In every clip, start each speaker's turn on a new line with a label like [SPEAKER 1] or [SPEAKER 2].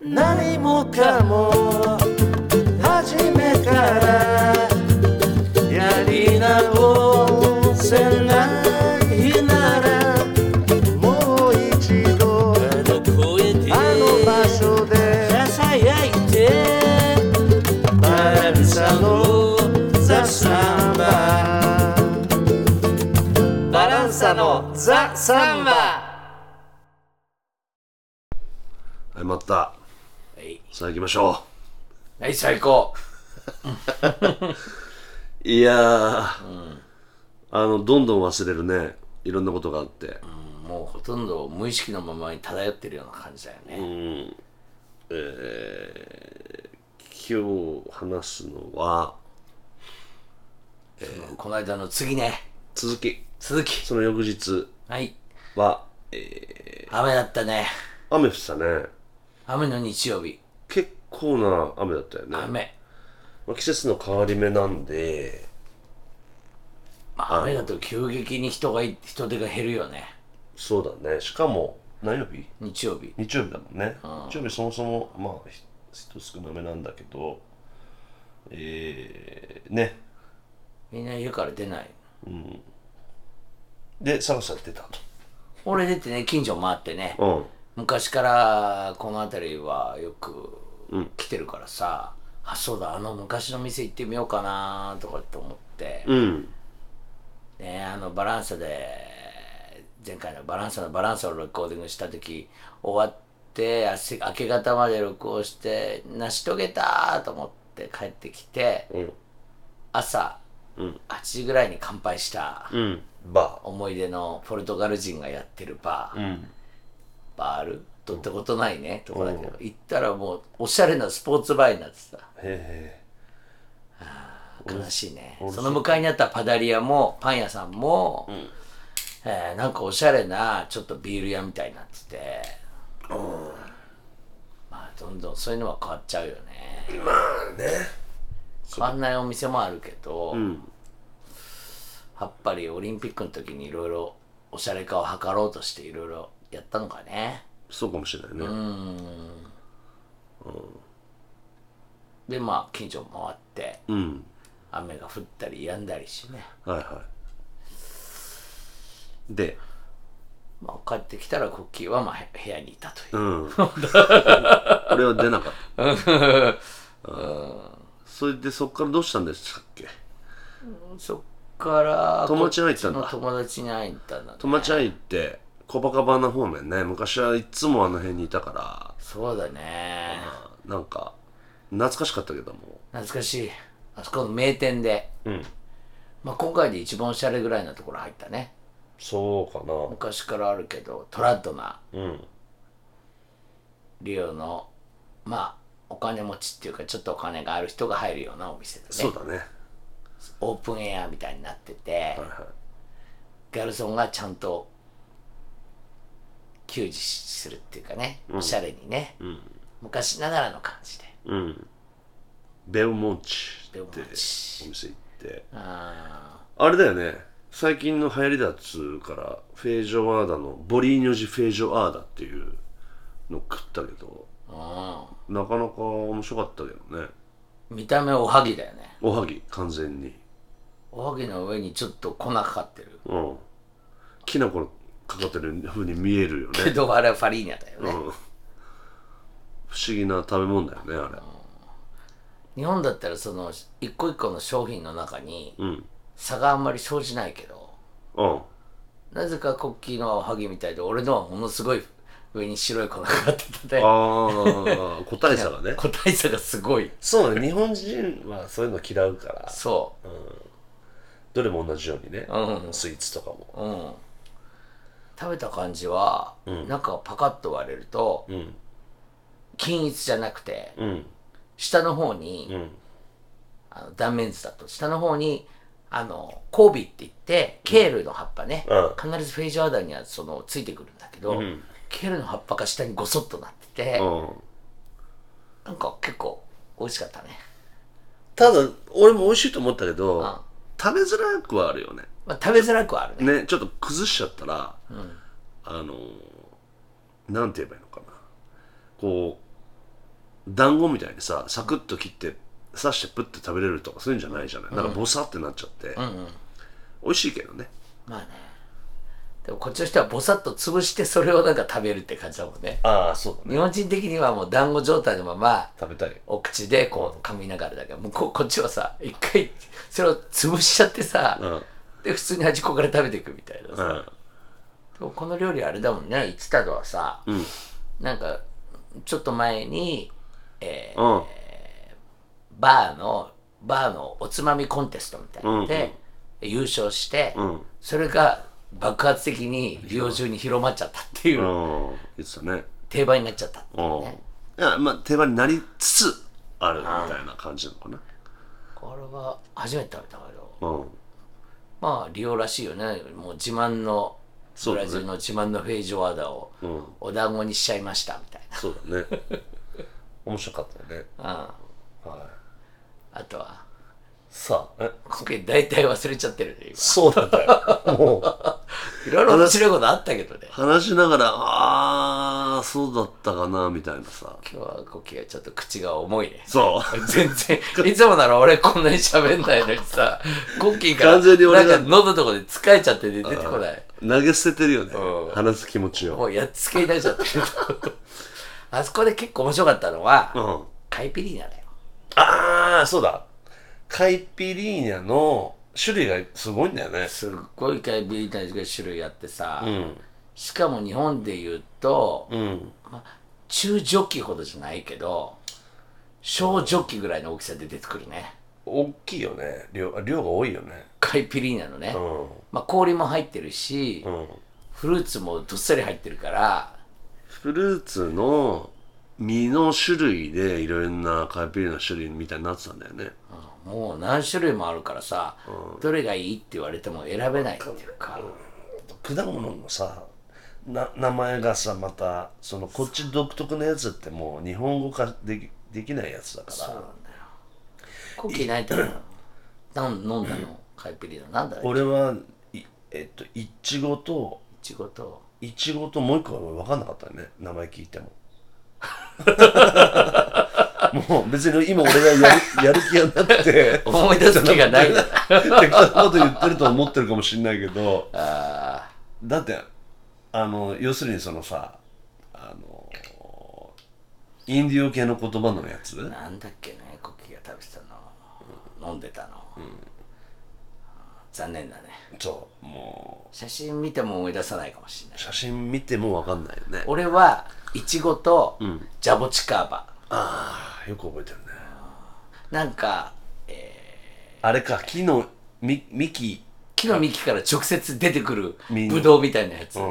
[SPEAKER 1] 何もかも初めからやり直せないならもう一度
[SPEAKER 2] あの声で
[SPEAKER 1] あの場所で
[SPEAKER 2] ささやいて
[SPEAKER 1] バランサのザ・サンバ
[SPEAKER 2] バランサのザ・サンバ
[SPEAKER 3] はいまた
[SPEAKER 2] はい
[SPEAKER 3] さあ行きましょ
[SPEAKER 2] はい最高
[SPEAKER 3] ういやー、あのどんどん忘れるねいろんなことがあって
[SPEAKER 2] もうほとんど無意識のままに漂ってるような感じだよね、
[SPEAKER 3] うんえー、今日話すのは
[SPEAKER 2] この間の次ね
[SPEAKER 3] 続き
[SPEAKER 2] 続き
[SPEAKER 3] その翌日
[SPEAKER 2] はい
[SPEAKER 3] は
[SPEAKER 2] 雨だったね
[SPEAKER 3] 雨降ってたね
[SPEAKER 2] 雨の日曜日
[SPEAKER 3] 結構な雨だったよね
[SPEAKER 2] 雨
[SPEAKER 3] まあ、季節の変わり目なんで
[SPEAKER 2] まあ雨だと急激に人がい人手が減るよね
[SPEAKER 3] そうだねしかも何曜日
[SPEAKER 2] 日曜日
[SPEAKER 3] 日曜日だもんね、日曜日そもそもまあひ人少なめなんだけどえー、ね
[SPEAKER 2] みんな家から出ない
[SPEAKER 3] で探されてたと
[SPEAKER 2] 俺出てね近所回ってね
[SPEAKER 3] うん
[SPEAKER 2] 昔からこの辺りはよく来てるからさ、あそうだあの昔の店行ってみようかなとかって思って、
[SPEAKER 3] うん
[SPEAKER 2] ねあのバランサで前回のバランサのバランサをレコーディングした時終わってあせ明け方まで録音して成し遂げたと思って帰ってきて
[SPEAKER 3] うん
[SPEAKER 2] 朝8時ぐらいに乾杯した
[SPEAKER 3] うんバ
[SPEAKER 2] 思い出のポルトガル人がやってるバー、バールとってことないね、とこだけど行ったらもうおしゃれなスポーツバーになってた
[SPEAKER 3] ーへ
[SPEAKER 2] 悲しいねその向かいにあったパダリアもパン屋さんも、えーなんかおしゃれなちょっとビール屋みたいになってて、まあどんどんそういうのは変わっちゃうよねまあね変わんないお店もあるけど、やっぱりオリンピックの時にいろいろおしゃれ化を図ろうとしていろいろやったのかね
[SPEAKER 3] えそうかもしれないね、
[SPEAKER 2] でまあ近所回って
[SPEAKER 3] うん
[SPEAKER 2] 雨が降ったり止んだりしね、
[SPEAKER 3] はいはいで
[SPEAKER 2] まあ、帰ってきたらコッキーはまあへ部屋にいたという
[SPEAKER 3] うん 俺は出なかった うんそれでそっからどうしたんでしたっけ
[SPEAKER 2] そっから
[SPEAKER 3] 友達に会いに行ったんだ
[SPEAKER 2] こっちの友達に会いに行ったんだ、ね、
[SPEAKER 3] 友達会いに行ってコバカバナ方面ね昔はいつもあの辺にいたか
[SPEAKER 2] そうだね
[SPEAKER 3] らなんか懐かしかったけども
[SPEAKER 2] 懐かしいあそこの名店で、
[SPEAKER 3] ん
[SPEAKER 2] まあ、今回で一番おしゃれぐらいなところ入ったね
[SPEAKER 3] そうかな
[SPEAKER 2] 昔からあるけどトラッドな
[SPEAKER 3] うん
[SPEAKER 2] リオのまあお金持ちっていうかちょっとお金がある人が入るようなお店だね
[SPEAKER 3] そうだね
[SPEAKER 2] オープンエアみたいになってて、
[SPEAKER 3] はいは
[SPEAKER 2] ギャルソンがちゃんと給仕するっていうかね、おしゃれにね、昔ながらの感じで
[SPEAKER 3] いうんベオモンチって
[SPEAKER 2] ベオモンチ
[SPEAKER 3] お店行って
[SPEAKER 2] あ
[SPEAKER 3] あれだよね最近の流行りだっつうからフェージョアーダのボリーニョジフェージョアーダっていうの食ったけど
[SPEAKER 2] あ
[SPEAKER 3] なかなか面白かったけどね
[SPEAKER 2] 見た目おはぎだよね
[SPEAKER 3] おはぎ完全に
[SPEAKER 2] おはぎの上にちょっと粉かかってる
[SPEAKER 3] うんきな粉かかってる風に見えるよね
[SPEAKER 2] けどあれはファリーニャだよね、
[SPEAKER 3] うん不思議な食べ物だよねあれ
[SPEAKER 2] 日本だったらその一個一個の商品の中に
[SPEAKER 3] うん
[SPEAKER 2] 差があんまり生じないけど
[SPEAKER 3] うん
[SPEAKER 2] なぜかコッキーのはおはぎみたいで俺のはものすごい上に白い粉がかかってて
[SPEAKER 3] ああ個体差がね
[SPEAKER 2] 個体差がすごい
[SPEAKER 3] そうね日本人はそういうの嫌うから
[SPEAKER 2] そ
[SPEAKER 3] どれも同じようにね、
[SPEAKER 2] う
[SPEAKER 3] スイーツとかも
[SPEAKER 2] ううん食べた感じは、中をパカッと割れると、
[SPEAKER 3] ん
[SPEAKER 2] 均一じゃなくて
[SPEAKER 3] うん
[SPEAKER 2] 下の方に、
[SPEAKER 3] ん
[SPEAKER 2] あの断面図だと下の方にあのコービーって言ってケールの葉っぱね、
[SPEAKER 3] う
[SPEAKER 2] 必ずフェイジョアーダーにはそのついてくるんだけど、ケールの葉っぱが下にごそっとなってて、
[SPEAKER 3] うん
[SPEAKER 2] なんか結構美味しかったね、
[SPEAKER 3] ただ俺も美味しいと思ったけど、
[SPEAKER 2] ん
[SPEAKER 3] 食べづらくはあるよね
[SPEAKER 2] まあ、食べづらくはあるね
[SPEAKER 3] ねちょっと崩しちゃったら、あのーなんて言えばいいのかなこう団子みたいにさサクッと切って刺してプッて食べれるとかそういうんじゃないじゃない、なんかボサってなっちゃって、美味しいけどね
[SPEAKER 2] まあねでもこっちの人はボサッと潰してそれをなんか食べるって感じだもんね
[SPEAKER 3] ああそう
[SPEAKER 2] 日本人的にはもう団子状態のまま
[SPEAKER 3] 食べたい
[SPEAKER 2] お口でこう噛みながらだけど向こうこっちはさ一回それを潰しちゃってさ、
[SPEAKER 3] うん
[SPEAKER 2] で普通に端っこから食べていくみたいな
[SPEAKER 3] う
[SPEAKER 2] さ、
[SPEAKER 3] ん
[SPEAKER 2] でもこの料理あれだもんね言ってたのはさ、なんかちょっと前に
[SPEAKER 3] うん
[SPEAKER 2] バーのバーのおつまみコンテストみたいなので、優勝して、
[SPEAKER 3] うん
[SPEAKER 2] それが爆発的に利用中に広まっちゃったっていう、
[SPEAKER 3] うん言ってたね
[SPEAKER 2] 定番になっちゃったっていううんね、
[SPEAKER 3] いやまあ定番になりつつあるみたいな感じなのかな
[SPEAKER 2] これは初めて食べたけど
[SPEAKER 3] うん
[SPEAKER 2] まあリオらしいよねもう自慢の
[SPEAKER 3] そう
[SPEAKER 2] ブ
[SPEAKER 3] だ
[SPEAKER 2] ラ
[SPEAKER 3] ね
[SPEAKER 2] ジルの自慢のフェイジョアーダを
[SPEAKER 3] うん
[SPEAKER 2] お団子にしちゃいましたみたい
[SPEAKER 3] そうだね 面白かったよね
[SPEAKER 2] な、うん、
[SPEAKER 3] はい
[SPEAKER 2] あとは
[SPEAKER 3] さあえ
[SPEAKER 2] これ大体忘れちゃってるね今
[SPEAKER 3] そうなんだ よもう
[SPEAKER 2] いろいろ面白いことあったけどね
[SPEAKER 3] 話しながらああそうだったかなみたいなさ
[SPEAKER 2] 今日はコキがちょっと口が重いね
[SPEAKER 3] そう
[SPEAKER 2] 全 然、いつもなら俺こんなに喋んないのにさ、コッキーから、
[SPEAKER 3] 完全に俺が
[SPEAKER 2] なんか喉のとこで疲れちゃってて出てこない。
[SPEAKER 3] 投げ捨ててるよね
[SPEAKER 2] うん
[SPEAKER 3] 話す気持ち
[SPEAKER 2] も
[SPEAKER 3] を
[SPEAKER 2] うやっつけになっちゃってる。あそこで結構面白かったのは、
[SPEAKER 3] うんあ
[SPEAKER 2] カイピリーナだよ。
[SPEAKER 3] あーそうだカイピリーニャの種類がすごいんだよね
[SPEAKER 2] すっごいカイピリーナが種類あってさ、
[SPEAKER 3] うん
[SPEAKER 2] しかも日本で言うと、
[SPEAKER 3] うん
[SPEAKER 2] 中ジョッキほどじゃないけど、小ジョッキぐらいの大きさで出てくるね。
[SPEAKER 3] 大きいよね量量が多いよね
[SPEAKER 2] カイピリーナのね。
[SPEAKER 3] うん
[SPEAKER 2] まあ氷も入ってるし、
[SPEAKER 3] うん
[SPEAKER 2] フルーツもどっさり入ってるから、
[SPEAKER 3] フルーツの実の種類でいろんなカイピリーニャの種類みたいになってたんだよね
[SPEAKER 2] もう何種類もあるからさ、どれがいいって言われても選べないっていうか、
[SPEAKER 3] 果物のさな名前がさまたそのこっち独特のやつってもう日本語化できできないやつだか
[SPEAKER 2] そうなんだよコッキー泣いたのなん飲んだのカイピリーナなんだろう
[SPEAKER 3] 俺
[SPEAKER 2] い
[SPEAKER 3] はいえっといちごと
[SPEAKER 2] ちごと
[SPEAKER 3] いちごともう一個は分かんなかったね名前聞いても もう別に今俺がや るやる気がなくて
[SPEAKER 2] 思い出す気がない
[SPEAKER 3] 適当なこと言ってると思ってるかもしんないけど
[SPEAKER 2] あ
[SPEAKER 3] だってあの要するにそのさあのインディオ系の言葉のやつ
[SPEAKER 2] ーなんだっけねコッキーが食べてたの飲んでたの、残念だね
[SPEAKER 3] そうも
[SPEAKER 2] 写真見ても思い出さないかもしれ
[SPEAKER 3] う
[SPEAKER 2] ない
[SPEAKER 3] 写真見ても分かんないよね
[SPEAKER 2] 俺はいちごとジャボチカバ、
[SPEAKER 3] ああよく覚えてるね
[SPEAKER 2] なんか、えー
[SPEAKER 3] あれか木のみ幹
[SPEAKER 2] 木の幹から直接出てくる
[SPEAKER 3] み
[SPEAKER 2] ブドウみたいなや
[SPEAKER 3] う
[SPEAKER 2] つが
[SPEAKER 3] ん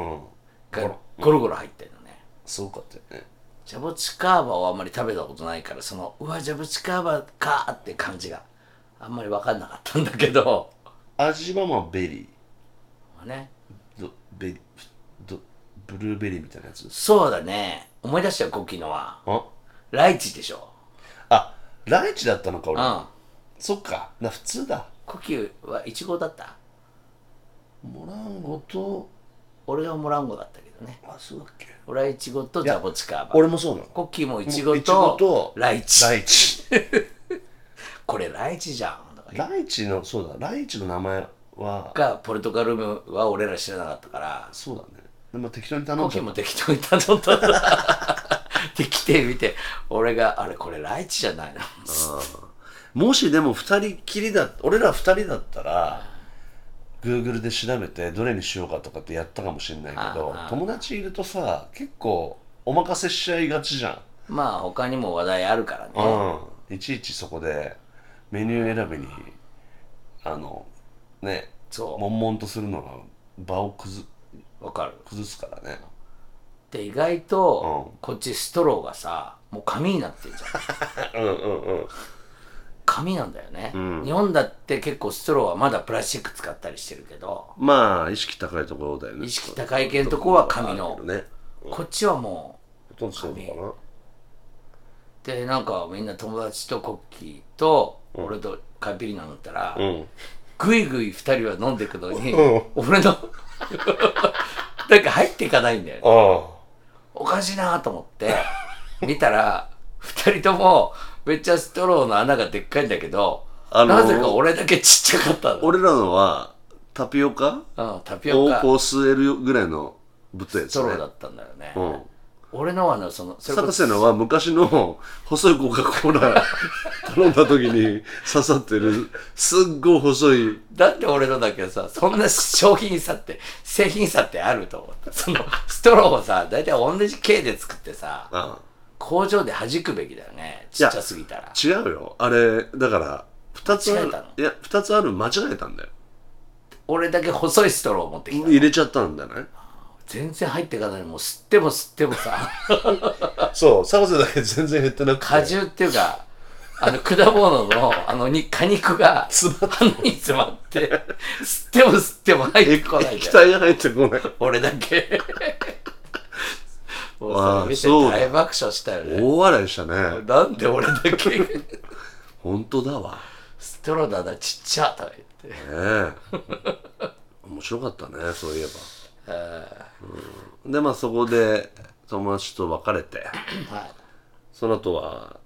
[SPEAKER 2] ゴロゴロ入ってるのね
[SPEAKER 3] すごかったよね
[SPEAKER 2] ジャボチカーバをあんまり食べたことないからそのうわジャボチカーバかーって感じがあんまり分かんなかったんだけ ど、
[SPEAKER 3] 味はまあベリ
[SPEAKER 2] まあね、
[SPEAKER 3] ーどベリどブルーベリーみたいなやつです
[SPEAKER 2] そうだね思い出したよコキのは
[SPEAKER 3] あ
[SPEAKER 2] ライチでしょ
[SPEAKER 3] あライチだったのか
[SPEAKER 2] う
[SPEAKER 3] 俺、
[SPEAKER 2] ん
[SPEAKER 3] そっかな普通だ
[SPEAKER 2] コキはイチゴだった
[SPEAKER 3] モランゴと
[SPEAKER 2] 俺はモランゴだったけどね
[SPEAKER 3] あそうだっけ
[SPEAKER 2] 俺はイチゴとジャボチカーバ
[SPEAKER 3] 俺もそうなの
[SPEAKER 2] コキもイチゴ
[SPEAKER 3] イチゴ
[SPEAKER 2] と
[SPEAKER 3] と
[SPEAKER 2] ライチ
[SPEAKER 3] ライチ
[SPEAKER 2] これライチじゃんとか言って
[SPEAKER 3] ライチのそうだライチの名前は
[SPEAKER 2] がポルトガルは俺ら知らなかったから
[SPEAKER 3] そうだねでも適当に頼
[SPEAKER 2] コ
[SPEAKER 3] んじ
[SPEAKER 2] キ
[SPEAKER 3] ゃっ
[SPEAKER 2] も適当に頼んだんだ で来てみて俺があれこれライチじゃないの
[SPEAKER 3] たもしでも二人きりだ俺ら二人だったら Google で調べてどれにしようかとかってやったかもしれないけど
[SPEAKER 2] ああ
[SPEAKER 3] 友達いるとさ結構お任せしちゃいがちじゃん
[SPEAKER 2] まあ他にも話題あるからね
[SPEAKER 3] うん、いちいちそこでメニュー選びに、あのね
[SPEAKER 2] そ
[SPEAKER 3] 悶々とするのが場を崩
[SPEAKER 2] うわかる
[SPEAKER 3] 崩すからね
[SPEAKER 2] で意外とこっちストローがさもう紙になってるじゃん
[SPEAKER 3] うんうんうん
[SPEAKER 2] 紙なんだよね、
[SPEAKER 3] ん
[SPEAKER 2] 日本だって結構ストローはまだプラスチック使ったりしてるけど
[SPEAKER 3] まあ意識高いところだよね
[SPEAKER 2] 意識高い系のとこは紙の
[SPEAKER 3] ね
[SPEAKER 2] こっちはも
[SPEAKER 3] ほとんどそうなの
[SPEAKER 2] うでなんかみんな友達とコッキーと俺とカイピリナ乗ったら、
[SPEAKER 3] かなうん
[SPEAKER 2] ぐいぐい二人は飲んでくのに、
[SPEAKER 3] うん
[SPEAKER 2] 俺のなんか入っていかないんだよね
[SPEAKER 3] あ
[SPEAKER 2] おかしいなと思って見たら二二人ともめっちゃストローの穴がでっかいんだけど、
[SPEAKER 3] あのー
[SPEAKER 2] なぜか俺だけちっちゃかったの。
[SPEAKER 3] 俺らのはタピオカ
[SPEAKER 2] うん、タピオ
[SPEAKER 3] を
[SPEAKER 2] カ
[SPEAKER 3] こう吸えるぐらいのぶっといや
[SPEAKER 2] ス
[SPEAKER 3] つ
[SPEAKER 2] トローだ
[SPEAKER 3] ね
[SPEAKER 2] ったんだよね。
[SPEAKER 3] うん
[SPEAKER 2] 俺のはね、その、それこ
[SPEAKER 3] 博
[SPEAKER 2] そ
[SPEAKER 3] 士のは昔の細いコカ・コー ラ頼んだ時に刺さってるすっごい細い
[SPEAKER 2] なんで俺のだけさ、そんな商品差って、製品差ってあると思った。その、ストローをさ、大体同じ形で作ってさ、
[SPEAKER 3] あ
[SPEAKER 2] 工場で弾くべきだよね。
[SPEAKER 3] い
[SPEAKER 2] ち
[SPEAKER 3] や
[SPEAKER 2] っちゃすぎたら。
[SPEAKER 3] 違うよあれだから2つあ
[SPEAKER 2] 間違え
[SPEAKER 3] る
[SPEAKER 2] たの
[SPEAKER 3] いや2つある間違えたんだよ
[SPEAKER 2] 俺だけ細いストローを持ってきたの。
[SPEAKER 3] 入れちゃったんだ ね
[SPEAKER 2] 全然入っていかない。もう吸っても吸ってもさ、
[SPEAKER 3] そう博士だけ全然減ってなく
[SPEAKER 2] 果汁っていうか、あの、果物の、あのに、果肉が、
[SPEAKER 3] 詰まっ
[SPEAKER 2] 鼻に詰まって、吸っても吸っても入ってこない
[SPEAKER 3] 液
[SPEAKER 2] じゃん。
[SPEAKER 3] 体が入ってこない
[SPEAKER 2] 俺だ け。もう
[SPEAKER 3] わ
[SPEAKER 2] そ
[SPEAKER 3] あ
[SPEAKER 2] れ見て
[SPEAKER 3] そうだ
[SPEAKER 2] 大爆笑したよね。
[SPEAKER 3] 大笑いしたね
[SPEAKER 2] なんで俺だけ
[SPEAKER 3] 本当だわ
[SPEAKER 2] ストローだなちっちゃとか言って
[SPEAKER 3] ねえ面白かったねそういえばでまあそこで友達と別れて
[SPEAKER 2] はい、
[SPEAKER 3] その後は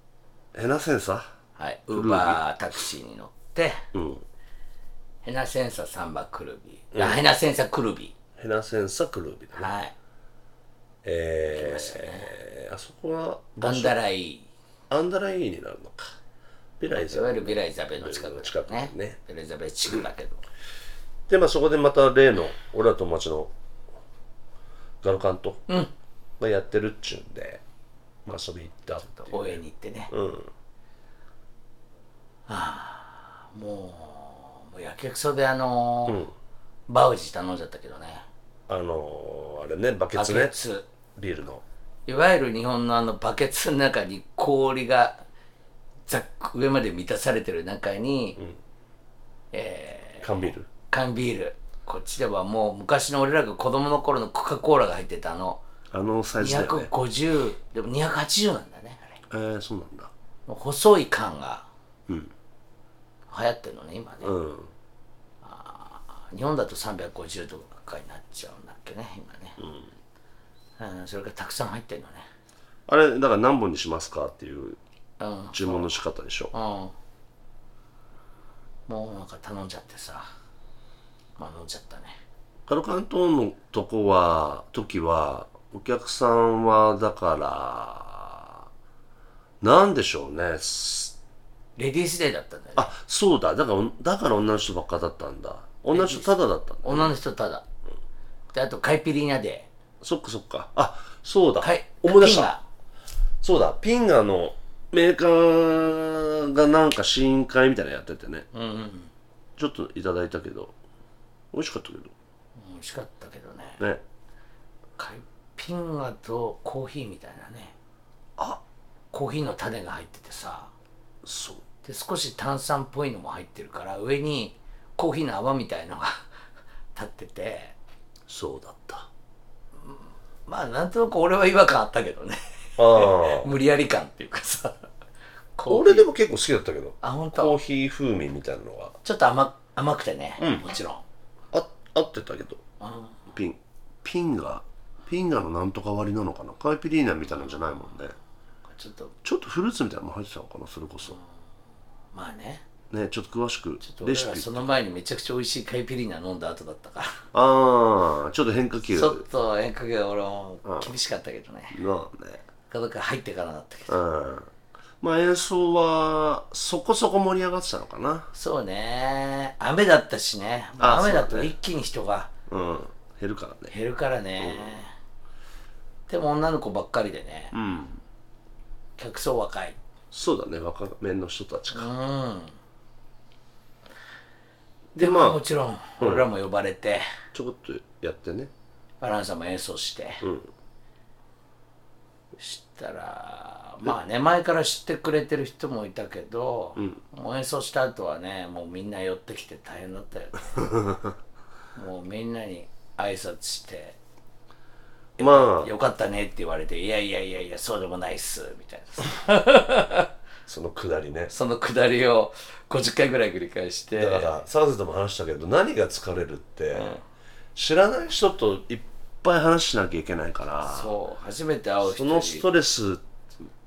[SPEAKER 3] ヘナセンサ
[SPEAKER 2] はい、ウーバータクシーに乗って
[SPEAKER 3] うん
[SPEAKER 2] ヘナセンササンバクルビ、あヘナセンサクルビ
[SPEAKER 3] ヘナセンサクルービだね
[SPEAKER 2] はい
[SPEAKER 3] え
[SPEAKER 2] した
[SPEAKER 3] ー、あそこは
[SPEAKER 2] バンダライ
[SPEAKER 3] アンダライーになるのかビライ
[SPEAKER 2] い
[SPEAKER 3] ザ
[SPEAKER 2] わゆるビライザベの近く,、
[SPEAKER 3] 近くね
[SPEAKER 2] ねビライザベ地区だけど、
[SPEAKER 3] でまあそこでまた例の俺らと友達のガルカンと、
[SPEAKER 2] ん
[SPEAKER 3] まあ、やってるっちゅうんで、まあ、遊び行ったっていう
[SPEAKER 2] 応援に行ってね、
[SPEAKER 3] うん
[SPEAKER 2] もうもうやけくそであのー
[SPEAKER 3] ん
[SPEAKER 2] バウジ頼んじゃったけどね
[SPEAKER 3] あのー、あれねバケ
[SPEAKER 2] バ
[SPEAKER 3] ツね
[SPEAKER 2] ケツ
[SPEAKER 3] ビールの
[SPEAKER 2] いわゆる日本のあのバケツの中に氷がざっく上まで満たされてる中に、えー
[SPEAKER 3] 缶ビール
[SPEAKER 2] 缶ビールこっちではもう昔の俺らが子供の頃のコカ・コーラが入ってたあの
[SPEAKER 3] あのサイズだよね
[SPEAKER 2] 250、でも280なんだねあれ
[SPEAKER 3] えー、そうなんだ
[SPEAKER 2] 細い缶が流行ってるのね今ね、
[SPEAKER 3] うん
[SPEAKER 2] 日本だと350とかになっちゃうんだっけね今ね、うんそれがたくさん入ってるのね
[SPEAKER 3] あれだから何本にしますかっていう
[SPEAKER 2] うん
[SPEAKER 3] 注文の仕方でしょ
[SPEAKER 2] うん。もうなんか頼んじゃってさ。まあ飲んじゃったね。
[SPEAKER 3] カルカントのとこは時はお客さんはだからなんでしょうねす
[SPEAKER 2] レディースデーだったんだよね。
[SPEAKER 3] あそうだだからだから女の人ばっかだったんだ女の人ただだったんだ
[SPEAKER 2] 女の人ただ。で、あとカイピリーニャで。
[SPEAKER 3] そっかそっかあそうだ、
[SPEAKER 2] カイ、
[SPEAKER 3] 思い出し
[SPEAKER 2] ピン
[SPEAKER 3] た
[SPEAKER 2] が
[SPEAKER 3] そうだピンガーのメーカーがなんか試飲会みたいなのやっててね
[SPEAKER 2] うんうんうん。
[SPEAKER 3] ちょっといただいたけど美味しかったけ
[SPEAKER 2] 美味しかったけどね。
[SPEAKER 3] どね
[SPEAKER 2] カイピンガとコーヒーみたいなね。
[SPEAKER 3] あ
[SPEAKER 2] コーヒーの種が入っててさ。
[SPEAKER 3] そう
[SPEAKER 2] で、少し炭酸っぽいのも入ってるから、上にコーヒーの泡みたいのが 立ってて。
[SPEAKER 3] そうだったあ
[SPEAKER 2] まあ、なんとなく俺は違和感あったけどね。
[SPEAKER 3] あ
[SPEAKER 2] 無理やり感っていうかさ。コー
[SPEAKER 3] 俺
[SPEAKER 2] ヒー
[SPEAKER 3] でも結構好きだったけど
[SPEAKER 2] あ、本
[SPEAKER 3] コー
[SPEAKER 2] 当。
[SPEAKER 3] ヒー風味みたいなのが
[SPEAKER 2] ちょっと甘甘くてね、
[SPEAKER 3] うん
[SPEAKER 2] もちろん。
[SPEAKER 3] あ合ってたけど
[SPEAKER 2] うん
[SPEAKER 3] ピンピンがピンガのなんとか割りなのかなカイピリーナみたいなんじゃないもんね
[SPEAKER 2] ちょっと、
[SPEAKER 3] ちょっとフルーツみたいなのも入ってたのかなそれこそ
[SPEAKER 2] まあね。
[SPEAKER 3] ねちょっと詳しく
[SPEAKER 2] ちょっと
[SPEAKER 3] レ
[SPEAKER 2] 俺
[SPEAKER 3] シ
[SPEAKER 2] ら
[SPEAKER 3] ピ
[SPEAKER 2] その前にめちゃくちゃ美味しいカイピリーナ飲んだ後だったから。
[SPEAKER 3] ああちょっと変化球
[SPEAKER 2] ち
[SPEAKER 3] が
[SPEAKER 2] ょっと演歌が俺も厳しかったけどね。
[SPEAKER 3] ね
[SPEAKER 2] 家族入ってからだったけど。
[SPEAKER 3] うんまあ演奏はそこそこ盛り上がってたのかな
[SPEAKER 2] そうね。雨だったしね。
[SPEAKER 3] あ
[SPEAKER 2] 雨だ
[SPEAKER 3] そう
[SPEAKER 2] と
[SPEAKER 3] だね
[SPEAKER 2] 一気に人が
[SPEAKER 3] うん減るからね
[SPEAKER 2] 減るからね。でも女の子ばっかりでね。
[SPEAKER 3] うん
[SPEAKER 2] 客層若い。
[SPEAKER 3] そうだね若めの人たち
[SPEAKER 2] う
[SPEAKER 3] か
[SPEAKER 2] ん。
[SPEAKER 3] で
[SPEAKER 2] まあ
[SPEAKER 3] ま
[SPEAKER 2] も
[SPEAKER 3] あ
[SPEAKER 2] ちろん、俺らも呼ばれて。
[SPEAKER 3] ちょこっとやってね
[SPEAKER 2] バランサも演奏して、
[SPEAKER 3] ん
[SPEAKER 2] したらまあね前から知ってくれてる人もいたけど、もう演奏した後はねもうみんな寄ってきて大変だったよね もうみんなに挨拶して
[SPEAKER 3] ま
[SPEAKER 2] 「
[SPEAKER 3] あ
[SPEAKER 2] よかったね」って言われて「いやいやいやいやそうでもないっす」みたいな
[SPEAKER 3] そのくだりね
[SPEAKER 2] そのくだりを50回ぐらい繰り返して
[SPEAKER 3] だからサーズとも話したけど何が疲れるって、知らない人といっぱい話しなきゃいけないから
[SPEAKER 2] そう初めて会う
[SPEAKER 3] そ
[SPEAKER 2] 人
[SPEAKER 3] の
[SPEAKER 2] に
[SPEAKER 3] ストレス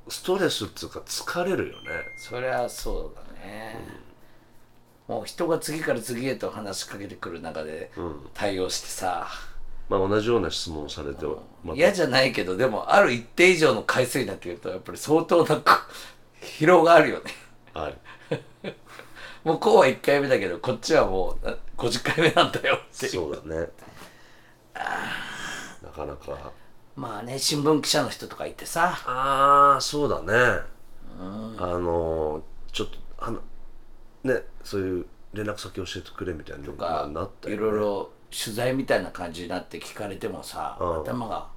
[SPEAKER 3] ストレスっていうか疲れるよね
[SPEAKER 2] そりゃそうだね、もう人が次から次へと話しかけてくる中で対応してさ、
[SPEAKER 3] まあ同じような質問をされてはま
[SPEAKER 2] 嫌
[SPEAKER 3] た
[SPEAKER 2] じゃないけどでもある一定以上の回数になってくるとやっぱり相当なこ う疲労があるよね
[SPEAKER 3] はい
[SPEAKER 2] もうこうは1回目だけどこっちはもうあ50回目なんだよっていう
[SPEAKER 3] そうだねなかなか
[SPEAKER 2] まあね新聞記者の人とかいてさ
[SPEAKER 3] ああそうだねあのーちょっとあのねそういう連絡先教えてくれみたいなの
[SPEAKER 2] が
[SPEAKER 3] がなった
[SPEAKER 2] い
[SPEAKER 3] よ
[SPEAKER 2] ろいろ取材みたいな感じになって聞かれてもさ、
[SPEAKER 3] うん
[SPEAKER 2] 頭が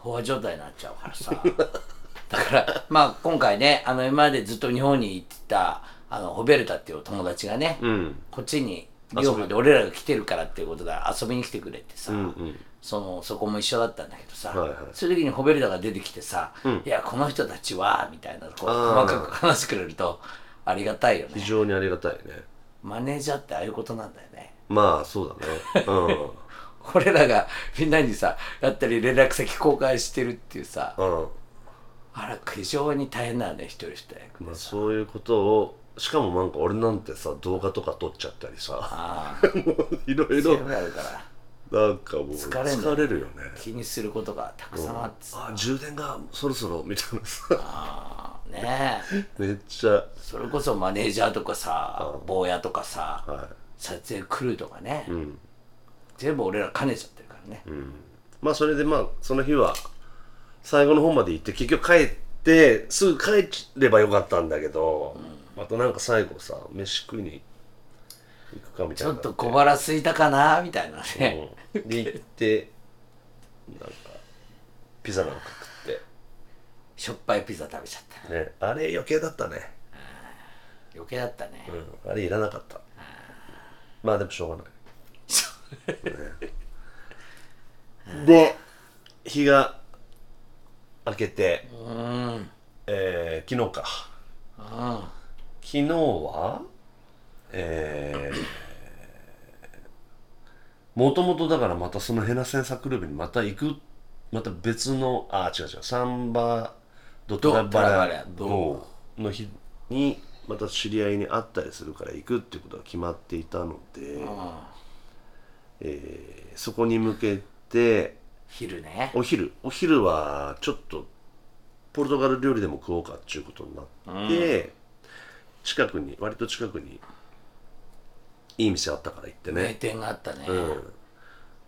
[SPEAKER 2] 飽和状態になっちゃうからさ だからまあ今回ねあの今までずっと日本に行ってたあのホベルタっていうお友達がね、
[SPEAKER 3] うん
[SPEAKER 2] こっちに寮まで俺らが来てるからっていうことで遊びに来てくれてさ、
[SPEAKER 3] うんうん
[SPEAKER 2] そのそこも一緒だったんだけどさ、
[SPEAKER 3] はいはい
[SPEAKER 2] そういう時にホベルタが出てきてさ「いやこの人たちは」みたいなこう
[SPEAKER 3] あー
[SPEAKER 2] 細かく話してくれるとありがたいよ
[SPEAKER 3] 非
[SPEAKER 2] ね
[SPEAKER 3] 常にありがたいね
[SPEAKER 2] マネージャーってああいうことなんだよね
[SPEAKER 3] まあそうだねうん
[SPEAKER 2] 俺らがみんなにさやったり連絡先公開してるっていうさ
[SPEAKER 3] うん
[SPEAKER 2] あら非常に大変だよね一人一人役
[SPEAKER 3] まあ、そういうことをしかもなんか俺なんてさ動画とか撮っちゃったりさ
[SPEAKER 2] ああ
[SPEAKER 3] いろい
[SPEAKER 2] そうい
[SPEAKER 3] ろ
[SPEAKER 2] うのあるから
[SPEAKER 3] なんかもう
[SPEAKER 2] 疲れんだ
[SPEAKER 3] 疲れるよね
[SPEAKER 2] 気にすることがたくさんあってさ
[SPEAKER 3] あ充電がそろそろみたいなさ
[SPEAKER 2] ああねえ
[SPEAKER 3] めっちゃ
[SPEAKER 2] それこそマネージャーとかさ坊やとかさ
[SPEAKER 3] は
[SPEAKER 2] 撮影クルーとかね、
[SPEAKER 3] ん
[SPEAKER 2] 全部俺ら兼ねちゃってるからね、
[SPEAKER 3] まあそれでまあその日は最後の方まで行って結局帰ってすぐ帰ればよかったんだけど、またなんか最後さ飯食いに行くかみた
[SPEAKER 2] ち
[SPEAKER 3] いな
[SPEAKER 2] ょっと小腹空いたかなみたいなね、
[SPEAKER 3] うんで行ってなんかピザなんか食って
[SPEAKER 2] しょっぱいピザ食べちゃった
[SPEAKER 3] ね、あれ余計だったね、
[SPEAKER 2] 余計だったね、
[SPEAKER 3] うん、あれいらなかったまあでもしょうがない、ね で日が明けて、えー昨日か昨日はえもともとだからまたそのヘナセンサクルーブにまた行くまた別のあ違う違うサンバドトラバ
[SPEAKER 2] ドトラバ
[SPEAKER 3] ラ
[SPEAKER 2] ラ
[SPEAKER 3] ド
[SPEAKER 2] ド
[SPEAKER 3] の日にまた知り合いに会ったりするから行くっていうことが決まっていたので、えーそこに向けて
[SPEAKER 2] 昼ね
[SPEAKER 3] お昼お昼はちょっとポルトガル料理でも食おうかっていうことになって、近くに割と近くにいい店あったから行って
[SPEAKER 2] 名
[SPEAKER 3] ね、
[SPEAKER 2] 店があったね、
[SPEAKER 3] うん、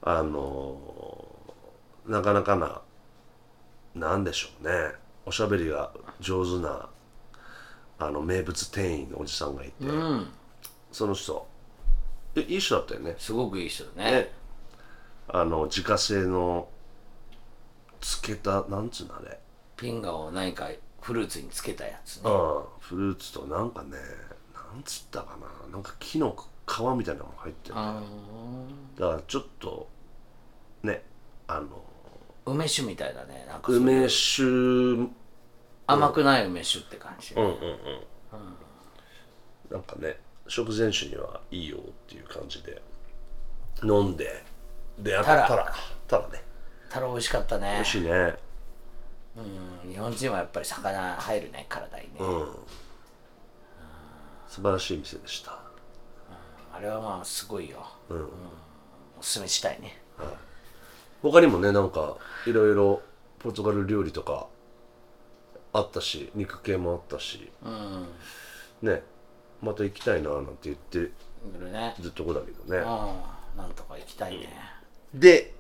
[SPEAKER 3] あのーなかなかななんでしょうねおしゃべりが上手なあの名物店員のおじさんがいて、その人えいい人だったよね
[SPEAKER 2] すごくいい人だね
[SPEAKER 3] ねあの自家製のつけたなんつうのあれ
[SPEAKER 2] ピンガを何かフルーツにつけたやつね
[SPEAKER 3] うんフルーツとなんかねなんつったかななんか木の皮みたいなのが入ってるだ
[SPEAKER 2] あ
[SPEAKER 3] からちょっとねあの
[SPEAKER 2] ー梅酒みたいだねなんかそういう
[SPEAKER 3] 梅酒うん
[SPEAKER 2] 甘くない梅酒って感じ、
[SPEAKER 3] うんうんなんかね食前酒にはいいよっていう感じで飲んでであと
[SPEAKER 2] たら
[SPEAKER 3] たらたらね
[SPEAKER 2] たら美味しかったね
[SPEAKER 3] 美味しいね
[SPEAKER 2] うん日本人はやっぱり魚入るね体にね、
[SPEAKER 3] 素晴らしい店でした
[SPEAKER 2] あれはまあすごいよ、うんおすすめしたいね
[SPEAKER 3] 他にもねなんかいろいろポルトガル料理とかあったし肉系もあったし、ねまた行きたいななんて言って
[SPEAKER 2] いろいろね
[SPEAKER 3] ずっとこだけどね
[SPEAKER 2] うんなんとか行きたいね、
[SPEAKER 3] で、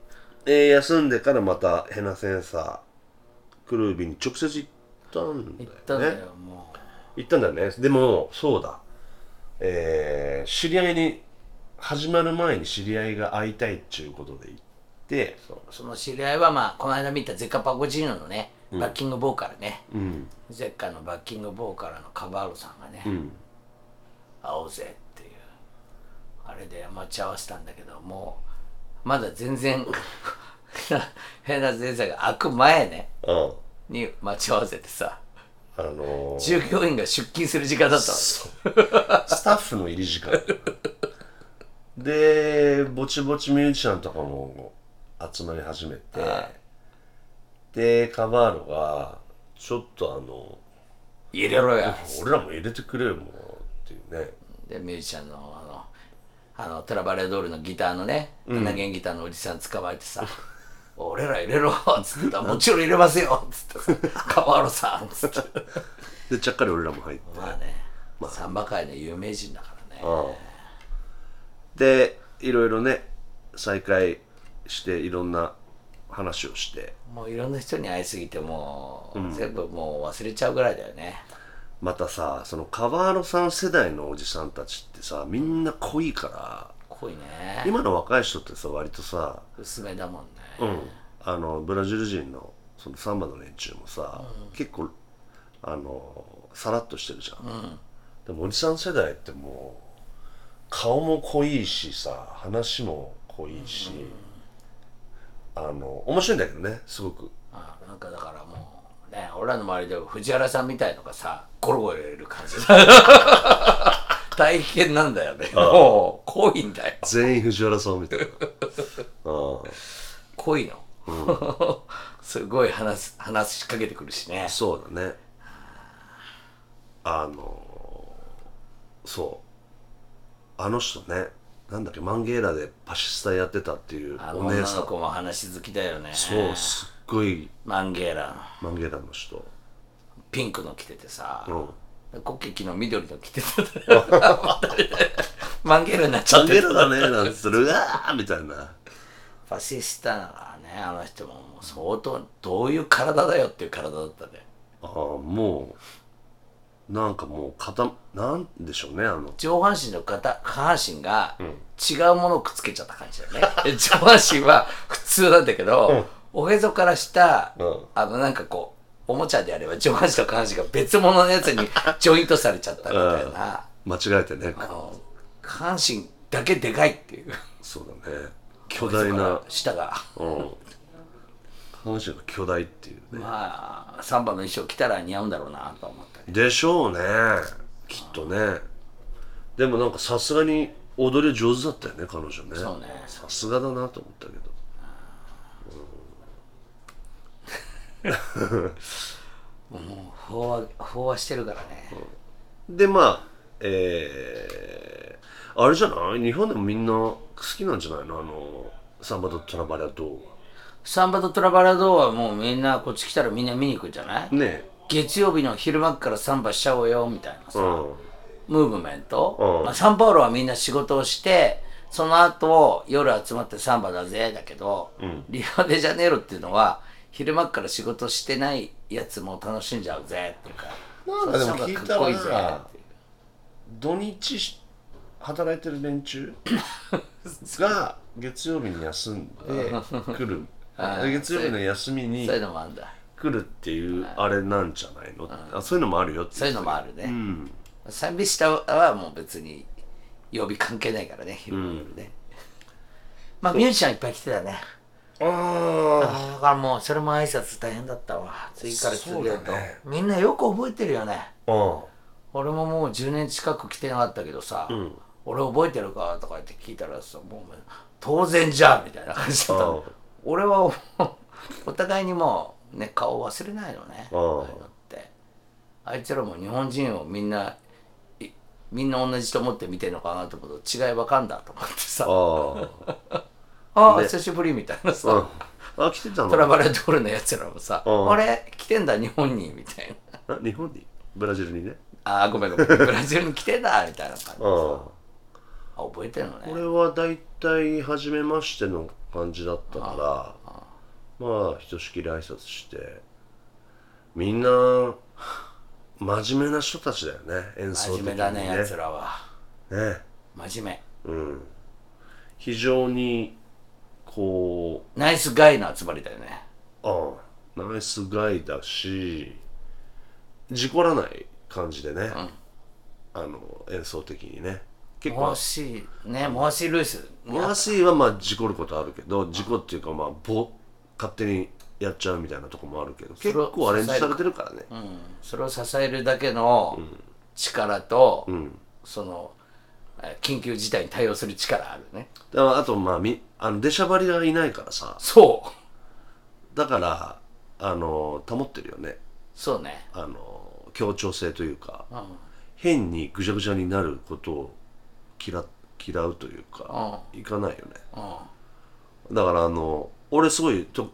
[SPEAKER 3] えー休んでからまたヘナセンサークルービーに直接行ったんだよね
[SPEAKER 2] 行ったんだよ、も
[SPEAKER 3] 行ったんだよねでもそうだえー知り合いに始まる前に知り合いが会いたいっちゅうことで行って
[SPEAKER 2] うその知り合いはまあこの間見たゼッカ・パゴチーノのねバッキングボーカルね、
[SPEAKER 3] うん
[SPEAKER 2] ゼッカのバッキングボーカルのカバーロさんがね、
[SPEAKER 3] うん
[SPEAKER 2] 会おうぜっていうあれで待ち合わせたんだけどもうまだ全然 変な先生が開く前ね
[SPEAKER 3] うん
[SPEAKER 2] に待ち合わせてさ
[SPEAKER 3] あのー、
[SPEAKER 2] 従業員が出勤する時間だったの
[SPEAKER 3] スタッフの入り時間でぼちぼちミュージシャンとかも集まり始めてでカバーロがちょっとあの
[SPEAKER 2] 入れろや
[SPEAKER 3] 俺らも入れてくれよもうっていうね
[SPEAKER 2] でミュージシャンのあのあのトラバレドールのギターのね7弦ギターのおじさん捕まえて さ「俺ら入れろ」っつってた「もちろん入れますよ」っつってさ「川原さん」っつって
[SPEAKER 3] でちゃっかり俺らも入って
[SPEAKER 2] まあね、サンバ界の有名人だからね、
[SPEAKER 3] でいろいろね再会していろんな話をして
[SPEAKER 2] もういろんな人に会いすぎてもう、全部もう忘れちゃうぐらいだよね
[SPEAKER 3] またさその川野さん世代のおじさんたちってさみんな濃いから
[SPEAKER 2] 濃いね
[SPEAKER 3] 今の若い人ってさ割とさ、
[SPEAKER 2] 薄めだもんね、
[SPEAKER 3] うん、あのブラジル人のそのサンバの連中もさ、結構あのさらっとしてるじゃん、でもおじさん世代ってもう顔も濃いしさ話も濃いし、あの面白いんだけどねすごく
[SPEAKER 2] あなんかだからもうね俺らの周りでは藤原さんみたいのがさゴロゴロ入れる感じ 大変なんだよねもう濃いんだよ
[SPEAKER 3] 全員藤原さんみたい なうん
[SPEAKER 2] 濃いの、 すごい話す話しかけてくるしね
[SPEAKER 3] そうだねあのそうあの人ねなんだっけマンゲーラでパシスタやってたっていう
[SPEAKER 2] あの
[SPEAKER 3] お姉
[SPEAKER 2] 女
[SPEAKER 3] さ
[SPEAKER 2] の
[SPEAKER 3] ん
[SPEAKER 2] 子も話好きだよね
[SPEAKER 3] そうすっごい
[SPEAKER 2] マンゲーラ
[SPEAKER 3] マンゲーラの人
[SPEAKER 2] ピンクの着ててさ、
[SPEAKER 3] うん
[SPEAKER 2] 国旗の緑の着てた マンゲーラになっち
[SPEAKER 3] マ
[SPEAKER 2] ゃっ
[SPEAKER 3] ンゲ
[SPEAKER 2] て
[SPEAKER 3] ーラだねなんつってるうわーみたいな
[SPEAKER 2] ファシスタだからねあの人ももう相当どういう体だよっていう体だったね
[SPEAKER 3] ああもうなんかもう肩なんでしょうねあの
[SPEAKER 2] 上半身と下半身が違うものをくっつけちゃった感じだよね、 上半身は普通なんだけど、おへそからした、
[SPEAKER 3] うん
[SPEAKER 2] あのなんかこうおもちゃであれば上半身と下半身が別物のやつ にジョイントされちゃったみたいな、
[SPEAKER 3] 間違えてね
[SPEAKER 2] あの下半身だけでかいっていう
[SPEAKER 3] そうだね巨大な
[SPEAKER 2] 舌が
[SPEAKER 3] うん話が巨大っていうね
[SPEAKER 2] まあサンバの衣装着たら似合うんだろうなと思ったけ
[SPEAKER 3] でしょうねきっとねでもなんかさすがに踊り上手だったよね彼女ね
[SPEAKER 2] そうね
[SPEAKER 3] さすがだなと思ったけど
[SPEAKER 2] どもう飽和飽和してるからね、
[SPEAKER 3] でまあえー、あれじゃない日本でもみんな好きなんじゃないのあのサンバとトラバラド
[SPEAKER 2] サンバとトラバラドーはもうみんなこっち来たらみんな見に行くんじゃない、
[SPEAKER 3] ねえ
[SPEAKER 2] 月曜日の昼間っからサンバしちゃおうよみたいなさ、
[SPEAKER 3] うん
[SPEAKER 2] ムーブメント、
[SPEAKER 3] うん
[SPEAKER 2] まあ、サンパウロはみんな仕事をしてその後夜集まってサンバだぜだけど、リオデジャネイロっていうのは昼間っから仕事してないやつも楽しんじゃうぜっていうか
[SPEAKER 3] なんかでも聞いたら
[SPEAKER 2] そのサンバかっこいいぜって
[SPEAKER 3] 土日し働いてる連中が月曜日に休んで来るで月曜日の休み
[SPEAKER 2] いう
[SPEAKER 3] に
[SPEAKER 2] そういうのもあるんだ
[SPEAKER 3] 来るっていうあれなんじゃないのあそういうのもあるよって
[SPEAKER 2] そういうのもあるね、サンビシタはもう別に曜日関係ないからね昼間夜ね、まあミュージシャンいっぱい来てたね
[SPEAKER 3] あ
[SPEAKER 2] ああだからもうそれも挨拶大変だったわ次から次へ
[SPEAKER 3] そう
[SPEAKER 2] と、
[SPEAKER 3] だね
[SPEAKER 2] みんなよく覚えてるよね
[SPEAKER 3] あうん
[SPEAKER 2] 俺ももう10年近く来てなかったけどさ、俺覚えてるかとか言って聞いたらさもう当然じゃんみたいな感じだった
[SPEAKER 3] うん
[SPEAKER 2] の俺はもう お互いにもうね顔忘れないのね
[SPEAKER 3] うん
[SPEAKER 2] ああいうのってあいつらも日本人をみんないみんな同じと思って見てるのかなと思うと違いわかんだと思ってさあ
[SPEAKER 3] あ
[SPEAKER 2] あー久しぶりみたいなさ、
[SPEAKER 3] あうんあ来てた
[SPEAKER 2] トラ
[SPEAKER 3] の
[SPEAKER 2] バラドールのやつらもさ「
[SPEAKER 3] うん
[SPEAKER 2] あれ来てんだ日本に」みたいな
[SPEAKER 3] あ日本にブラジルにね
[SPEAKER 2] 「あーご めんごめんブラジルに来てんだ」みたいな感じでさ
[SPEAKER 3] うん
[SPEAKER 2] あ覚えてるのね
[SPEAKER 3] 俺は大体初めましての感じだったからまあひとしきり挨拶してみんな真面目な人たちだよね演奏
[SPEAKER 2] 真
[SPEAKER 3] 的
[SPEAKER 2] 面
[SPEAKER 3] にね
[SPEAKER 2] 目だねやつらは
[SPEAKER 3] ね
[SPEAKER 2] 真面
[SPEAKER 3] うん非常にこ
[SPEAKER 2] 目ナイスガイの集まりだよね
[SPEAKER 3] うああナイスガイだし事故らない感じでね、あの演奏的にね結構
[SPEAKER 2] モーシーねモーシールース
[SPEAKER 3] モアシーはまあ事故ることあるけど事故っていうかまあぼ勝手にやっちゃうみたいなとこもあるけど結構アレンジされてるからね、
[SPEAKER 2] それを支えるだけの力と、そのえー緊急事態に対応する力あるね
[SPEAKER 3] だからあとまあみあの出しゃばりがいないからさ
[SPEAKER 2] そう
[SPEAKER 3] だからあの保ってるよね
[SPEAKER 2] そうね
[SPEAKER 3] あの協調性というか
[SPEAKER 2] うんうん
[SPEAKER 3] 変にぐちゃぐちゃになることを嫌嫌うというかいかないよねだからあの俺すごいと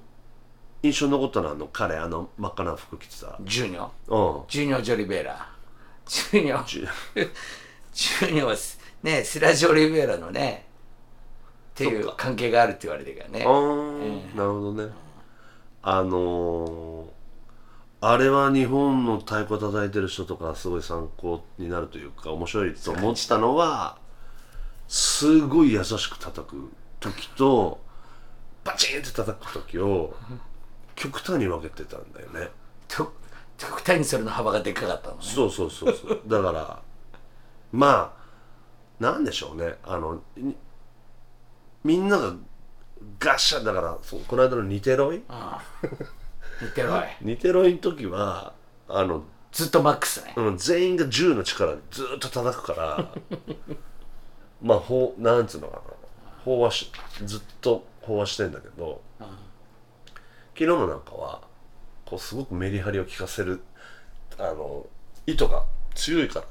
[SPEAKER 3] 印象に残ったのはあの彼あの真っ赤な服着てた
[SPEAKER 2] ジュニョ
[SPEAKER 3] うん
[SPEAKER 2] ジュニョ・ジョリベーラジュニョ
[SPEAKER 3] じゅ
[SPEAKER 2] ジュニョはすねスラジオ・リベーラのねってい
[SPEAKER 3] そうっか
[SPEAKER 2] 関係があるって言われてるからね
[SPEAKER 3] あーなるほどねあのーあれは日本の太鼓叩いてる人とかすごい参考になるというか面白いと思ったのはすごい優しく叩く時とバチンって叩く時を極端に分けてたんだよね
[SPEAKER 2] と特端にそれの幅がでかかったのね
[SPEAKER 3] そうそうそうそうだからまあなんでしょうねあのにみんながガッシャンだからそうこの間のニテロイ
[SPEAKER 2] 似てるわい
[SPEAKER 3] ニテロイの時はあの、
[SPEAKER 2] ずっとマックスね
[SPEAKER 3] うん、全員が銃の力でずーっと叩くからまあほうなんつうのかな飽和しずっと飽和してんだけど、昨日のなんかはこうすごくメリハリを効かせるあの意図が強いから、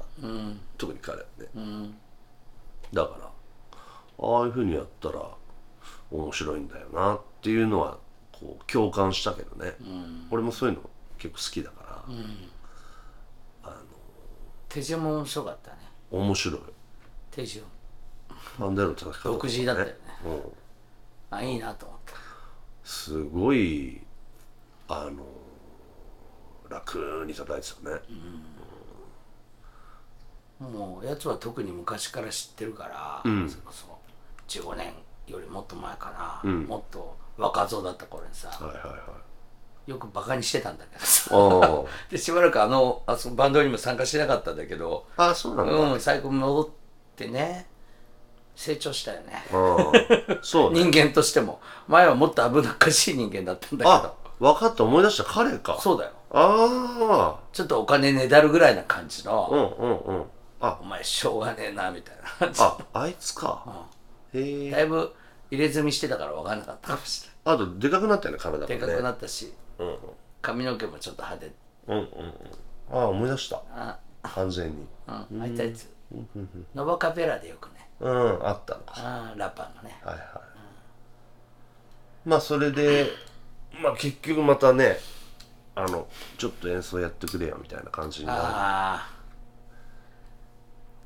[SPEAKER 3] 特に彼はね、だからああいうふうにやったら面白いんだよなっていうのはこう共感したけどね、俺もそういうの結構好きだから、
[SPEAKER 2] 手順も面白かったね
[SPEAKER 3] 面白い
[SPEAKER 2] 手順
[SPEAKER 3] パンデロの叩き方とか、
[SPEAKER 2] 独自だったよね
[SPEAKER 3] うん、
[SPEAKER 2] あいいなと思った
[SPEAKER 3] すごいあの楽に叩いてたね、
[SPEAKER 2] もうやつは特に昔から知ってるから、それこそ15年よりもっと前かな、もっと若造だった頃にさ、
[SPEAKER 3] はいはいはい
[SPEAKER 2] よくバカにしてたんだけど
[SPEAKER 3] あ
[SPEAKER 2] さでしばらくあのあそのバンドにも参加してなかったんだけど
[SPEAKER 3] ああそうなんだ、
[SPEAKER 2] うん最後戻ってね成長したよね
[SPEAKER 3] うん、そうね
[SPEAKER 2] 人間としても前はもっと危なっかしい人間だったんだけ
[SPEAKER 3] あ
[SPEAKER 2] ど
[SPEAKER 3] 分かった思い出した彼か
[SPEAKER 2] そうだよ
[SPEAKER 3] あ
[SPEAKER 2] ちょっとお金ねだるぐらいな感じの、
[SPEAKER 3] あうんうんうんあ
[SPEAKER 2] お前しょうがねえなみたいな感じ
[SPEAKER 3] ああいつか、へえ
[SPEAKER 2] だいぶ入れ墨してたから分かんなかったかもしれ
[SPEAKER 3] あとでかくなったよね体が
[SPEAKER 2] な
[SPEAKER 3] ね
[SPEAKER 2] いでかくなったし
[SPEAKER 3] うんうん
[SPEAKER 2] 髪の毛もちょっと派手
[SPEAKER 3] うんうんうんああ思い出した
[SPEAKER 2] あ
[SPEAKER 3] 完全に
[SPEAKER 2] うんあいたやつノバカペラでよくね
[SPEAKER 3] うんあったのか
[SPEAKER 2] あーラッパーのね
[SPEAKER 3] はいはい、まあそれでまあ結局またねあのちょっと演奏やってくれよみたいな感じにな
[SPEAKER 2] ああ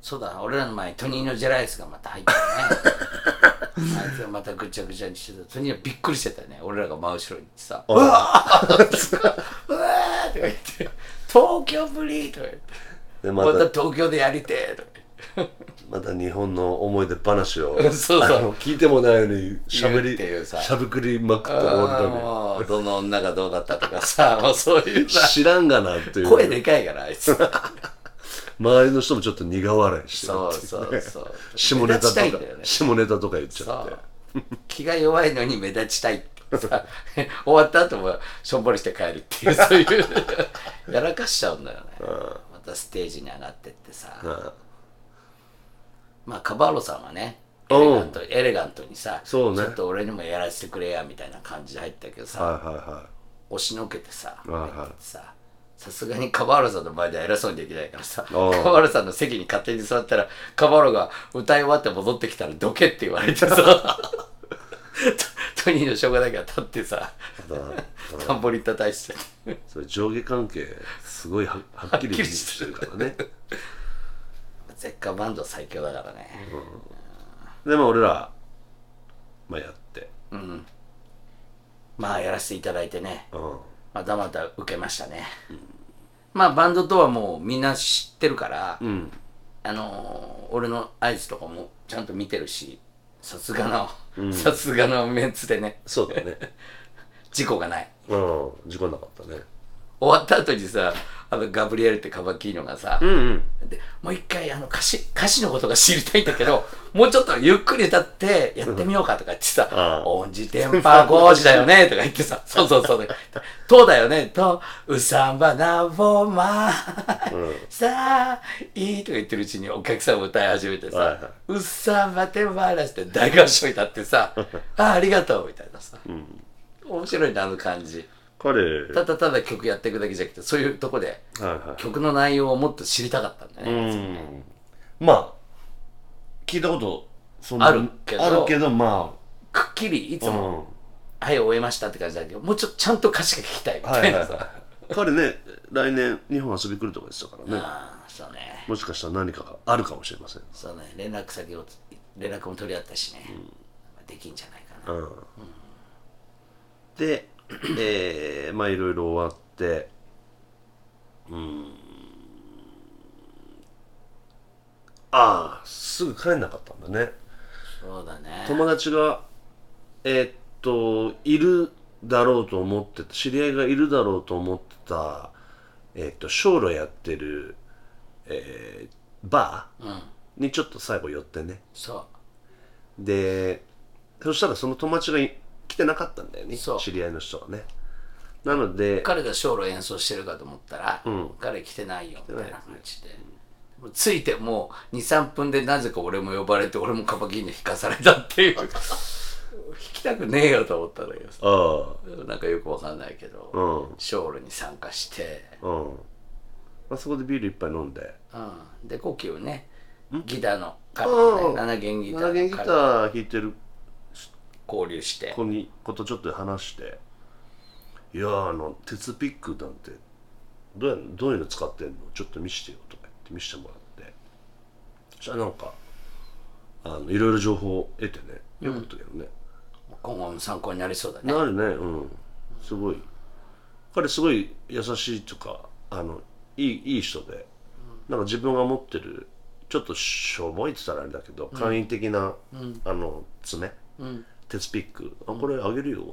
[SPEAKER 2] そうだ俺らの前にトニーのジェライスがま た入ってるねあいつがまたぐちゃぐちゃにしてたトニーはびっくりしてたよね俺らが真後ろにいてさ「うわー!」うわーとか言って「東京ぶり!」とか言って
[SPEAKER 3] で
[SPEAKER 2] 「
[SPEAKER 3] ま
[SPEAKER 2] また
[SPEAKER 3] た
[SPEAKER 2] 東京でやりてー!」とか言って
[SPEAKER 3] また日本の思い出話を
[SPEAKER 2] そうそう
[SPEAKER 3] あの聞いてもないのにしゃべ
[SPEAKER 2] 言う
[SPEAKER 3] り
[SPEAKER 2] っていうさ
[SPEAKER 3] しゃべくりまくって終わ
[SPEAKER 2] あ
[SPEAKER 3] る
[SPEAKER 2] ー
[SPEAKER 3] ため
[SPEAKER 2] もうどの女がどうだったとかさ もうそういうさ
[SPEAKER 3] 知らんがなっていう
[SPEAKER 2] 声でかいから あいつ
[SPEAKER 3] 周りの人もちょっと苦笑いしてる
[SPEAKER 2] そう
[SPEAKER 3] ってい
[SPEAKER 2] そうそう
[SPEAKER 3] 下ネタとか、
[SPEAKER 2] 目立ちたいんだよね
[SPEAKER 3] 下ネタとか言っちゃっ
[SPEAKER 2] そ
[SPEAKER 3] て
[SPEAKER 2] う気が弱いのに目立ちたいってさ終わった後もしょんぼりして帰るって いうそういうやらかしちゃうんだよね、またステージに上がってってさ、
[SPEAKER 3] うん
[SPEAKER 2] まあカバーロさんはねエ
[SPEAKER 3] うん
[SPEAKER 2] レガントエレガントにさ、
[SPEAKER 3] そうね
[SPEAKER 2] ちょっと俺にもやらせてくれやみたいな感じで入ったけどさ、
[SPEAKER 3] はいはいは
[SPEAKER 2] 押しのけてさ
[SPEAKER 3] はいはい
[SPEAKER 2] 入ってささすがにカバーロさんの前では偉そうにできないからさカ
[SPEAKER 3] うん
[SPEAKER 2] バーロさんの席に勝手に座ったらカバーロが歌い終わって戻ってきたらどけって言われてさトトニーのしょうがないから立ってさ
[SPEAKER 3] いただ
[SPEAKER 2] タンボリン叩いてて
[SPEAKER 3] それ上下関係すごいははっきり
[SPEAKER 2] はっきりして
[SPEAKER 3] してるからね
[SPEAKER 2] 絶対バンド最強だからね、
[SPEAKER 3] でも俺ら、まあ、やって、
[SPEAKER 2] まあやらせていただいてね
[SPEAKER 3] うん、
[SPEAKER 2] またまた受けましたね、まあバンドとはもうみんな知ってるから、
[SPEAKER 3] ん
[SPEAKER 2] あのー俺の合図とかもちゃんと見てるしさすがのさすがのメンツでね
[SPEAKER 3] そうだね
[SPEAKER 2] 事故がない
[SPEAKER 3] うん事故なかったね
[SPEAKER 2] 終わった後にさあのガブリエルってカバキーノがさ、
[SPEAKER 3] うんうん
[SPEAKER 2] でもう一回あの歌詞歌詞のことが知りたいんだけどもうちょっとゆっくり歌ってやってみようかとか言ってさ
[SPEAKER 3] ああ
[SPEAKER 2] 「音字テンパ5時だよね」とか言ってさ「そうそ うそう」「と」だよね「と」「うさんばなぼまさあいい」とか言ってるうちにお客さんも歌い始めて
[SPEAKER 3] はいは
[SPEAKER 2] さ
[SPEAKER 3] い
[SPEAKER 2] 「うさんばてばら」し て大合唱になってさ「ああありがとう」みたいなさ面白いなあの感じ
[SPEAKER 3] 彼、
[SPEAKER 2] ただただ曲やっていくだけじゃなくて、そういうとこで
[SPEAKER 3] はいはい。
[SPEAKER 2] 曲の内容をもっと知りたかったんだ
[SPEAKER 3] う
[SPEAKER 2] ね。
[SPEAKER 3] ん。まあ、聞いたこと、そんな
[SPEAKER 2] あるけど
[SPEAKER 3] あるけど、ま
[SPEAKER 2] くっきりいつ
[SPEAKER 3] あ、う
[SPEAKER 2] も、
[SPEAKER 3] ん。
[SPEAKER 2] はい、終えましたって感じだけど、もうちょっとちゃんと歌詞が聞きたいみ
[SPEAKER 3] は
[SPEAKER 2] た
[SPEAKER 3] い
[SPEAKER 2] い
[SPEAKER 3] はい
[SPEAKER 2] な
[SPEAKER 3] は
[SPEAKER 2] さ。
[SPEAKER 3] い。彼ね、来年、日本遊び来るとかですからね。
[SPEAKER 2] ああ、そうね。
[SPEAKER 3] もしかしたら何かがあるかもしれません。
[SPEAKER 2] そうね。連絡先を、連絡も取り合ったしね。できんじゃないかな。
[SPEAKER 3] うんで、えー、まあいろいろ終わってうーんああすぐ帰んなかったんだね
[SPEAKER 2] そうだね。
[SPEAKER 3] 友達がえーっといるだろうと思ってた知り合いがいるだろうと思ってたえーっと小路やってる、えーバ
[SPEAKER 2] うん。
[SPEAKER 3] ーにちょっと最後寄ってね
[SPEAKER 2] そ
[SPEAKER 3] でそしたらその友達がい来てなかったんだよね
[SPEAKER 2] そう
[SPEAKER 3] 知り合いの人はねなので
[SPEAKER 2] う。彼が小路演奏してるかと思ったら、
[SPEAKER 3] うん
[SPEAKER 2] 彼来てないよみたいな感じで。もうついてもう2、3分でなぜか俺も呼ばれて、俺もカバギーニ弾かされたっていう。弾きたくねえよと思ったんだけどさ。
[SPEAKER 3] あ
[SPEAKER 2] なんかよくわかんないけど、
[SPEAKER 3] あうん
[SPEAKER 2] ショールに参加して、
[SPEAKER 3] うん、まあ、そこでビール一杯飲んで
[SPEAKER 2] うん、で呼吸ねギターの彼
[SPEAKER 3] う
[SPEAKER 2] と
[SPEAKER 3] ん
[SPEAKER 2] ね7弦ギター
[SPEAKER 3] 7弦ギタ
[SPEAKER 2] 彼と
[SPEAKER 3] ー弾いてる
[SPEAKER 2] 交流して
[SPEAKER 3] 子にことちょっと話して「いやーあの鉄ピックなんてどうやどういうの使ってんのちょっと見してよ」とか言って見してもらってそしたらなんかあのいろいろ情報を得てねよかったけどね、
[SPEAKER 2] 今後の参考になりそうだね
[SPEAKER 3] なるねうんすごい彼すごい優しいとかあのいいいい人でなんか自分が持ってるちょっとしょぼいって言ったらあれだけど、簡易的な、あの爪、鉄ピック「あこれあげるよ」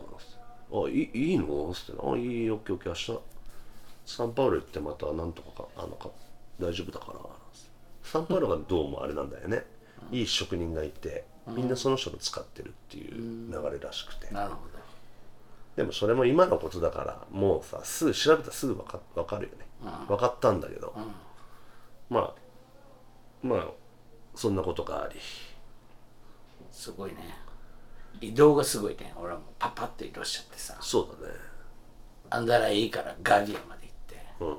[SPEAKER 3] あいいいいの?」っつって「あいいよオッケーオッケー明日サンパウロ行ってまたなんとかかあのか大丈夫だから」サンパウロがどうもあれなんだよねいい職人がいてみんなその人の使ってるっていう流れらしくて、
[SPEAKER 2] なるほど
[SPEAKER 3] でもそれも今のことだからもうさすぐ調べたらすぐ分かわかるよね、分かったんだけど、まあまあそんなことがあり
[SPEAKER 2] すごいね移動がすごいね俺はもうパッパッと移動しちゃってさ
[SPEAKER 3] そうだね
[SPEAKER 2] アンダラいいからガビアまで行って
[SPEAKER 3] うん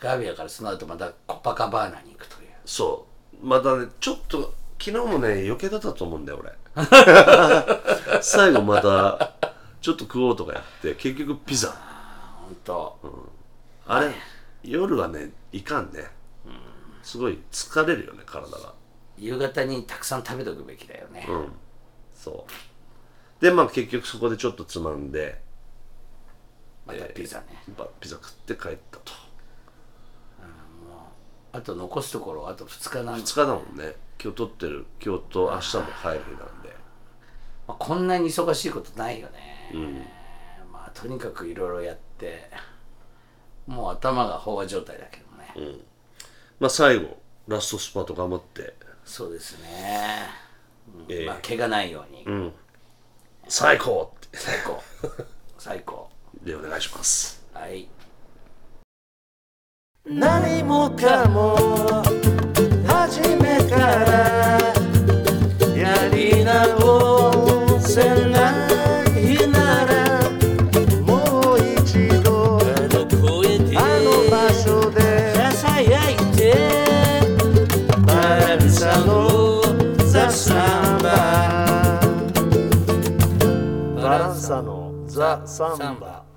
[SPEAKER 2] ガビアからその後またコパカバーナに行くという
[SPEAKER 3] そうまたねちょっと昨日もね余計だったと思うんだよ 俺最後またちょっと食おうとかやって結局ピザ
[SPEAKER 2] 本当、
[SPEAKER 3] あれ夜はねいかんね、すごい疲れるよね体が
[SPEAKER 2] 夕方にたくさん食べとくべきだよね、
[SPEAKER 3] うん、そうでまあ結局そこでちょっとつまんで
[SPEAKER 2] またピザね、
[SPEAKER 3] まあピザ食って帰ったと
[SPEAKER 2] あと残すところあと2日なんで
[SPEAKER 3] 2日だもんね今日撮ってる今日と明日も帰る日なんで
[SPEAKER 2] まあ、こんなに忙しいことないよね、まあとにかくいろいろやってもう頭が飽和状態だけどね、
[SPEAKER 3] まあ最後ラストスパート頑張って
[SPEAKER 2] そうですね、うん
[SPEAKER 3] ええ
[SPEAKER 2] まあ怪我ないように、
[SPEAKER 3] 最高って
[SPEAKER 2] 最高最高
[SPEAKER 3] でお願いします
[SPEAKER 2] はい
[SPEAKER 1] 何もかも初めからやり直せないならもう一度あの場所でバランサのザ・サンババランサのザ・サンバ